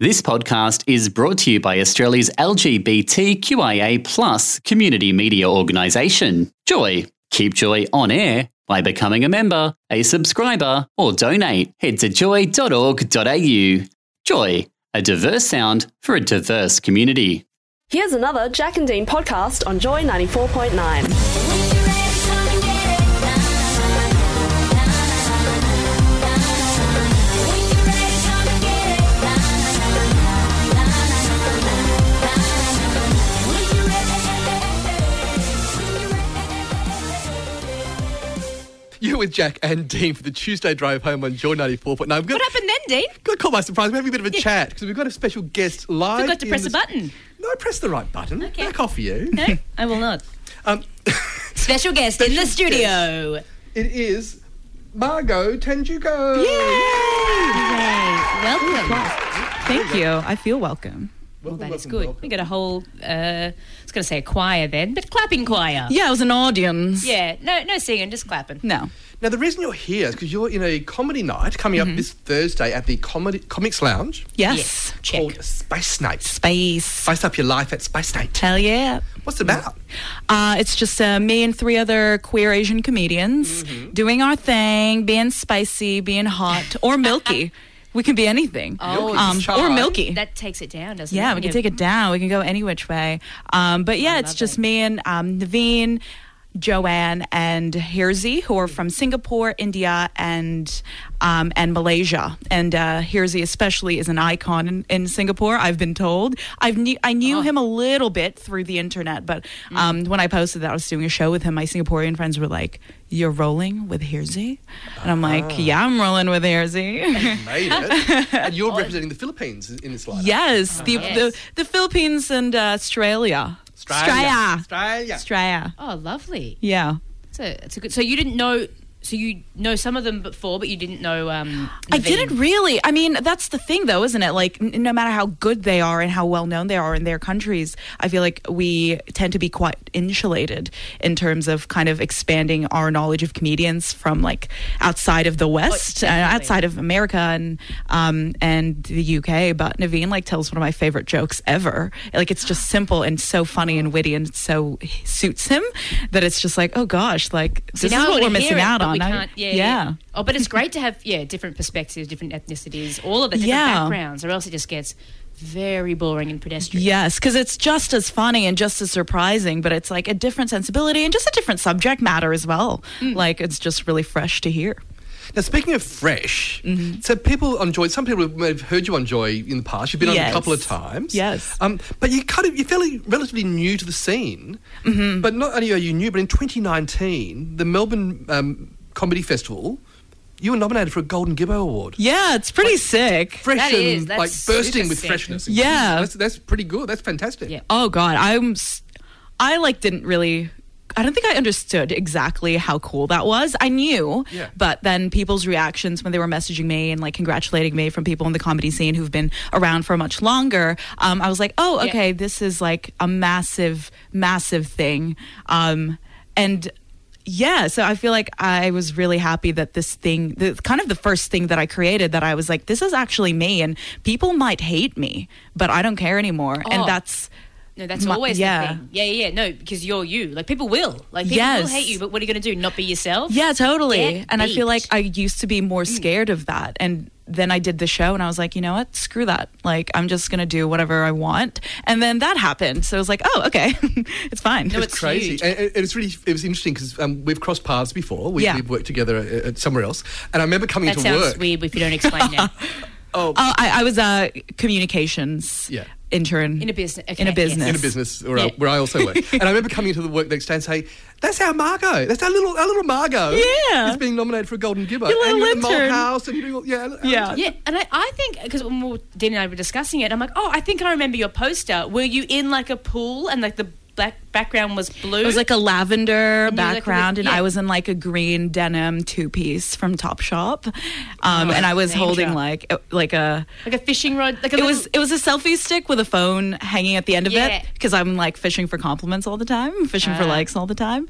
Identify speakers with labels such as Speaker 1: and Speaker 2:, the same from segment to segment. Speaker 1: This podcast is brought to you by Australia's LGBTQIA plus community media organisation, Joy. Keep Joy on air by becoming a member, a subscriber, or donate. Head to joy.org.au. Joy, a diverse sound for a diverse community.
Speaker 2: Here's another Jack and Dean podcast on Joy 94.9.
Speaker 3: You with Jack and Dean for the Tuesday drive home on Joy 94.9. I've got,
Speaker 4: What happened then, Dean?
Speaker 3: got caught by surprise. We're having a bit of a chat because we've got a special guest live.
Speaker 4: Forgot to
Speaker 3: in
Speaker 4: press
Speaker 3: the
Speaker 4: a
Speaker 3: st-
Speaker 4: button.
Speaker 3: No, I pressed the right button.
Speaker 4: Okay.
Speaker 3: Back off you.
Speaker 4: No, I will not.
Speaker 3: Um,
Speaker 4: Special guest in the studio.
Speaker 3: it is Margot Tanjugo.
Speaker 4: Yay! Welcome.
Speaker 5: Thank you. I feel welcome.
Speaker 4: Well, that is good. We got a whole. Uh, I was going to say a choir then, but clapping choir.
Speaker 5: Yeah, it was an audience.
Speaker 4: Yeah. No, no singing, just clapping.
Speaker 5: No.
Speaker 3: Now, the reason you're here is because you're in a comedy night coming
Speaker 4: Mm-hmm.
Speaker 3: up this Thursday at the Comedy Comics Lounge
Speaker 5: Yes.
Speaker 4: Check.
Speaker 3: called Space Night.
Speaker 5: Space.
Speaker 3: Spice up your life at Space Night.
Speaker 5: Hell yeah.
Speaker 3: What's it
Speaker 4: Mm.
Speaker 3: about?
Speaker 5: Uh, it's just uh, me and three other queer Asian comedians doing our thing, being spicy, being hot, or milky. we can be anything.
Speaker 4: Oh,
Speaker 5: um,
Speaker 3: it's
Speaker 5: or
Speaker 3: charred.
Speaker 5: milky.
Speaker 4: That takes it down, doesn't it?
Speaker 5: yeah, we can take it down. We can go any which way. Um, but yeah, it's
Speaker 4: love
Speaker 5: just
Speaker 4: it.
Speaker 5: me and um, Naveen, Joanne, and Hirzi, who are from Singapore, India, and um, and Malaysia. And uh, Hirzi especially is an icon in, in Singapore. I've been told. I've knew, I
Speaker 4: Oh.
Speaker 5: knew him a little bit through the internet, but
Speaker 4: Mm.
Speaker 5: um, when I posted that I was doing a show with him, my Singaporean friends were like. You're rolling with Hirzi? And I'm
Speaker 4: Ah.
Speaker 5: like, yeah, I'm rolling with Hirzi.
Speaker 3: Made it. and you're representing the Philippines in this lineup.
Speaker 5: Yes, the,
Speaker 4: yes.
Speaker 5: the the Philippines and uh, Australia.
Speaker 3: Australia.
Speaker 5: Australia.
Speaker 3: Australia.
Speaker 5: Australia.
Speaker 4: Oh, lovely.
Speaker 5: Yeah.
Speaker 4: It's a, it's a good. So you didn't know. So you know some of them before, but you didn't know. Um,
Speaker 5: I
Speaker 4: Naveen.
Speaker 5: didn't really. I mean, that's the thing, though, isn't it? Like, n- no matter how good they are and how well known they are in their countries, I feel like we tend to be quite insulated in terms of kind of expanding our knowledge of comedians from like outside of the West, uh,
Speaker 4: Oh, definitely.
Speaker 5: outside of America and um, and the UK. But Naveen like tells one of my favorite jokes ever. Like, it's just simple and so funny and witty and so suits him that it's just like, oh gosh, like
Speaker 4: See,
Speaker 5: this
Speaker 4: now
Speaker 5: is
Speaker 4: I
Speaker 5: what
Speaker 4: wanna
Speaker 5: we're
Speaker 4: hear
Speaker 5: missing
Speaker 4: it,
Speaker 5: out
Speaker 4: but
Speaker 5: on. eh?
Speaker 4: we
Speaker 5: I-
Speaker 4: can't- yeah, yeah. Oh, but it's great to have yeah different perspectives, different ethnicities, all of the different
Speaker 5: Yeah.
Speaker 4: backgrounds, or else it just gets very boring and pedestrian.
Speaker 5: Yes, because it's just as funny and just as surprising, but it's like a different sensibility and just a different subject matter as well. Like it's just really fresh to hear.
Speaker 3: Now, speaking of fresh,
Speaker 4: Mm-hmm.
Speaker 3: so people on Joy, some people may have heard you on Joy in the past. You've been on a
Speaker 5: Yes.
Speaker 3: couple of times.
Speaker 5: Yes.
Speaker 3: Um, but you kind of, you're fairly relatively new to the scene.
Speaker 4: Mm-hmm.
Speaker 3: But not only are you new, but in 2019, the Melbourne um, Comedy Festival, you were nominated for a Golden Gibbo Award.
Speaker 5: Yeah, it's pretty sick.
Speaker 3: Fresh
Speaker 4: That
Speaker 3: and
Speaker 4: is, that's
Speaker 3: like bursting
Speaker 4: super
Speaker 3: with
Speaker 4: sick.
Speaker 3: freshness.
Speaker 5: Yeah.
Speaker 3: That's, that's pretty good. That's fantastic.
Speaker 4: Yeah.
Speaker 5: Oh god, I'm s- I like didn't really I don't think I understood exactly how cool that was. I knew,
Speaker 3: Yeah.
Speaker 5: but then people's reactions when they were messaging me and like congratulating me from people in the comedy scene who've been around for much longer, um, I was like, oh,
Speaker 4: Yeah.
Speaker 5: okay, this is like a massive, massive thing. Um, and yeah, so I feel like I was really happy that this thing, the, kind of the first thing that I created, that I was like, this is actually me, and people might hate me, but I don't care anymore.
Speaker 4: Oh.
Speaker 5: And that's
Speaker 4: No, that's
Speaker 5: My-
Speaker 4: always
Speaker 5: yeah.
Speaker 4: the thing. Yeah, yeah, yeah. No, because you're you. Like people will. Like people will
Speaker 5: Yes.
Speaker 4: hate you, but what are you going to do? Not be yourself?
Speaker 5: Yeah, totally.
Speaker 4: Get
Speaker 5: and I feel like
Speaker 4: beat. Mm.
Speaker 5: I used to be more scared of that. And then I did the show and I was like, you know what? Screw that. Like, I'm just going to do whatever I want. And then that happened. So I was like, oh, okay. it's fine.
Speaker 4: No,
Speaker 3: It's crazy,
Speaker 4: huge.
Speaker 3: and, and it's really it was interesting because um, we've crossed paths before. We,
Speaker 5: Yeah.
Speaker 3: We've worked together at, at somewhere else, and I remember coming
Speaker 4: that
Speaker 3: to
Speaker 4: sounds
Speaker 3: work.
Speaker 4: weird if you don't explain now.
Speaker 5: oh, I, I was a communications
Speaker 3: Yeah.
Speaker 5: intern.
Speaker 4: In a business- okay,
Speaker 5: in a
Speaker 4: yes.
Speaker 5: business.
Speaker 3: in a business where, I,
Speaker 4: Yeah.
Speaker 3: where I also work. and I remember coming into the work the next day and saying, "That's our Margot. That's our little our little Margot.
Speaker 5: Yeah.
Speaker 3: is being nominated for a Golden Gibber.
Speaker 5: Your
Speaker 3: and
Speaker 5: little
Speaker 3: you're at the Mole
Speaker 5: intern."
Speaker 3: House and you're doing all, yeah, and-
Speaker 5: Yeah.
Speaker 3: and-
Speaker 4: yeah, and I, I think because when we were- Dean and I were discussing it, I'm like, oh, I think I remember your poster. Were you in like a pool and like the black background was blue.
Speaker 5: It was like a
Speaker 4: you,
Speaker 5: lavender
Speaker 4: like,
Speaker 5: background, and
Speaker 4: yeah.
Speaker 5: I was in like a green denim two piece from Topshop, um,
Speaker 4: Oh,
Speaker 5: and I was
Speaker 4: name
Speaker 5: holding
Speaker 4: drop.
Speaker 5: like uh, like a.
Speaker 4: like a fishing rod. Like a little-
Speaker 5: It was it was a selfie stick with a phone hanging at the end of
Speaker 4: Yeah.
Speaker 5: it because I'm like fishing for compliments all the time, fishing for
Speaker 4: Ah.
Speaker 5: likes all the time.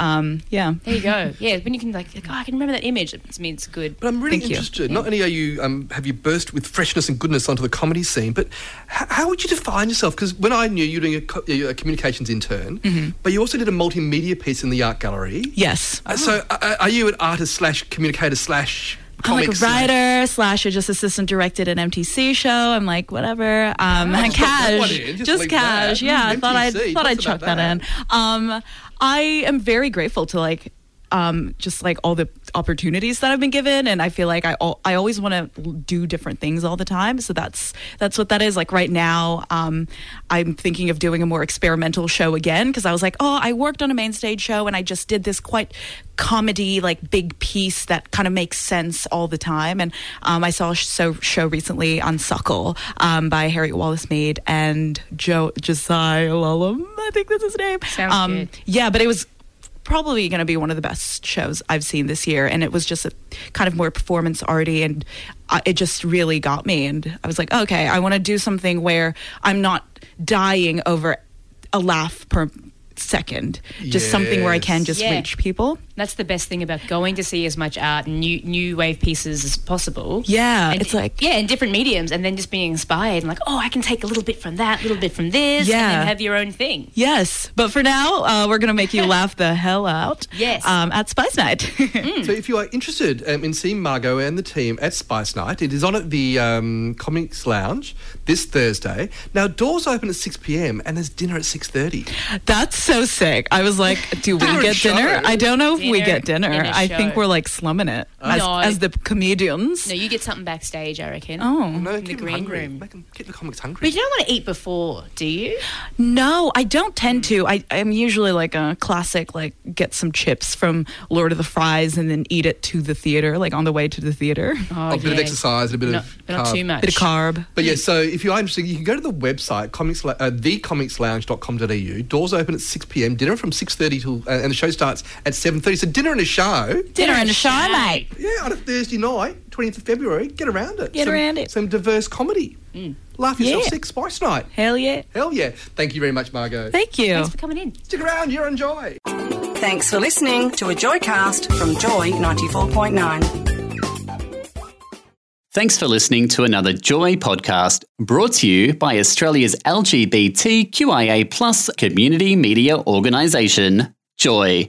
Speaker 5: Um, yeah,
Speaker 4: There you go. Yeah, when you can like, like, oh, I can remember that image. It means good.
Speaker 3: But I'm really
Speaker 5: Thank you.
Speaker 3: interested. Not only are you um, have you burst with freshness and goodness onto the comedy scene, but h- how would you define yourself? Because when I knew you were doing a, co- a communications intern,
Speaker 5: Mm-hmm.
Speaker 3: but you also did a multimedia piece in the art gallery.
Speaker 5: yes.
Speaker 3: Uh, so uh, are you an artist slash communicator slash
Speaker 5: I'm
Speaker 3: comic
Speaker 5: like a writer slash I just assistant directed an MTC show. I'm like whatever. Um, and
Speaker 3: Just pop that
Speaker 5: cash,
Speaker 3: one in,
Speaker 5: just,
Speaker 3: just like
Speaker 5: cash.
Speaker 3: that.
Speaker 5: Yeah, I
Speaker 3: Mm,
Speaker 5: thought I
Speaker 3: MTC,
Speaker 5: thought
Speaker 3: tell
Speaker 5: I'd
Speaker 3: us
Speaker 5: chuck
Speaker 3: about
Speaker 5: that, in. Um, I am very grateful to like. Um, just like all the opportunities that I've been given, and I feel like I al- I always want to do different things all the time. So that's that's what that is. Like right now, um, I'm thinking of doing a more experimental show again because I was like, oh, I worked on a main stage show and I just did this quite comedy like big piece that kind of makes sense all the time. And um, I saw a show, show recently on Suckle um, by Harriet Wallace Mead and Joe Josiah Lullum. I think that's his name. Um,
Speaker 4: Sounds good.
Speaker 5: Yeah, but it was probably going to be one of the best shows I've seen this year, and it was just a kind of more performance arty, and uh, it just really got me. And I was like, okay, I want to do something where I'm not dying over a laugh per second, just something where I can
Speaker 3: Yes.
Speaker 5: just
Speaker 4: Yeah.
Speaker 5: reach people.
Speaker 4: That's the best thing about going to see as much art and new new wave pieces as possible.
Speaker 5: Yeah,
Speaker 4: And-
Speaker 5: it's like-
Speaker 4: yeah, in different mediums, and then just being inspired and like, oh, I can take a little bit from that, a little bit from this, and
Speaker 5: Yeah.
Speaker 4: then have your own thing.
Speaker 5: Yes, but for now, uh, we're going to make you laugh the hell out.
Speaker 4: Yes.
Speaker 5: um, at Spice Night.
Speaker 3: So if you are interested um, in seeing Margot and the team at Spice Night, it is on at the um, Comics Lounge this Thursday. Now doors open at 6 p.m. and there's dinner at 6:30.
Speaker 5: That's so sick. I was like, do we
Speaker 3: Dinner
Speaker 5: get
Speaker 3: show.
Speaker 5: dinner? I don't know if we
Speaker 4: Dinner
Speaker 5: get dinner.
Speaker 4: and a
Speaker 5: I
Speaker 4: show.
Speaker 5: think we're like slumming it as,
Speaker 4: No.
Speaker 5: as the comedians.
Speaker 4: No, you get something backstage, I reckon.
Speaker 5: Oh.
Speaker 3: No,
Speaker 4: In the
Speaker 3: keep them
Speaker 4: green
Speaker 3: hungry.
Speaker 4: room.
Speaker 3: Make them, keep the comics
Speaker 4: But
Speaker 3: hungry.
Speaker 4: you don't want to eat before, do you?
Speaker 5: No, I don't tend to. I am usually like a classic, like get some chips from Lord of the Fries and then eat it to the theater, like on the way to the theater.
Speaker 4: Oh,
Speaker 3: a bit of exercise, and a bit
Speaker 4: Not,
Speaker 3: of
Speaker 4: not
Speaker 3: carb.
Speaker 4: too much.
Speaker 5: Bit of carb.
Speaker 3: But yeah, so if you are interested, you can go to the website comics uh, thecomicslounge.com.au. Doors open at 6 p.m. Dinner from 6:30 till uh, and the show starts at 7:30. So dinner and a show.
Speaker 5: Dinner and a show, mate.
Speaker 3: Yeah, on a Thursday night, 20th of February. Get around it.
Speaker 5: Get
Speaker 3: Some-
Speaker 5: around it. Mm.
Speaker 3: Some diverse comedy. Laugh yourself
Speaker 5: Yeah.
Speaker 3: sick. Spice night.
Speaker 5: Hell yeah.
Speaker 3: Hell yeah! Thank you very much, Margot.
Speaker 5: Thank you.
Speaker 4: Thanks for coming in.
Speaker 3: Stick around. You're on Joy.
Speaker 6: Thanks for listening to a Joycast from Joy 94.9.
Speaker 1: Thanks for listening to another Joy podcast brought to you by Australia's LGBTQIA plus community media organisation, Joy.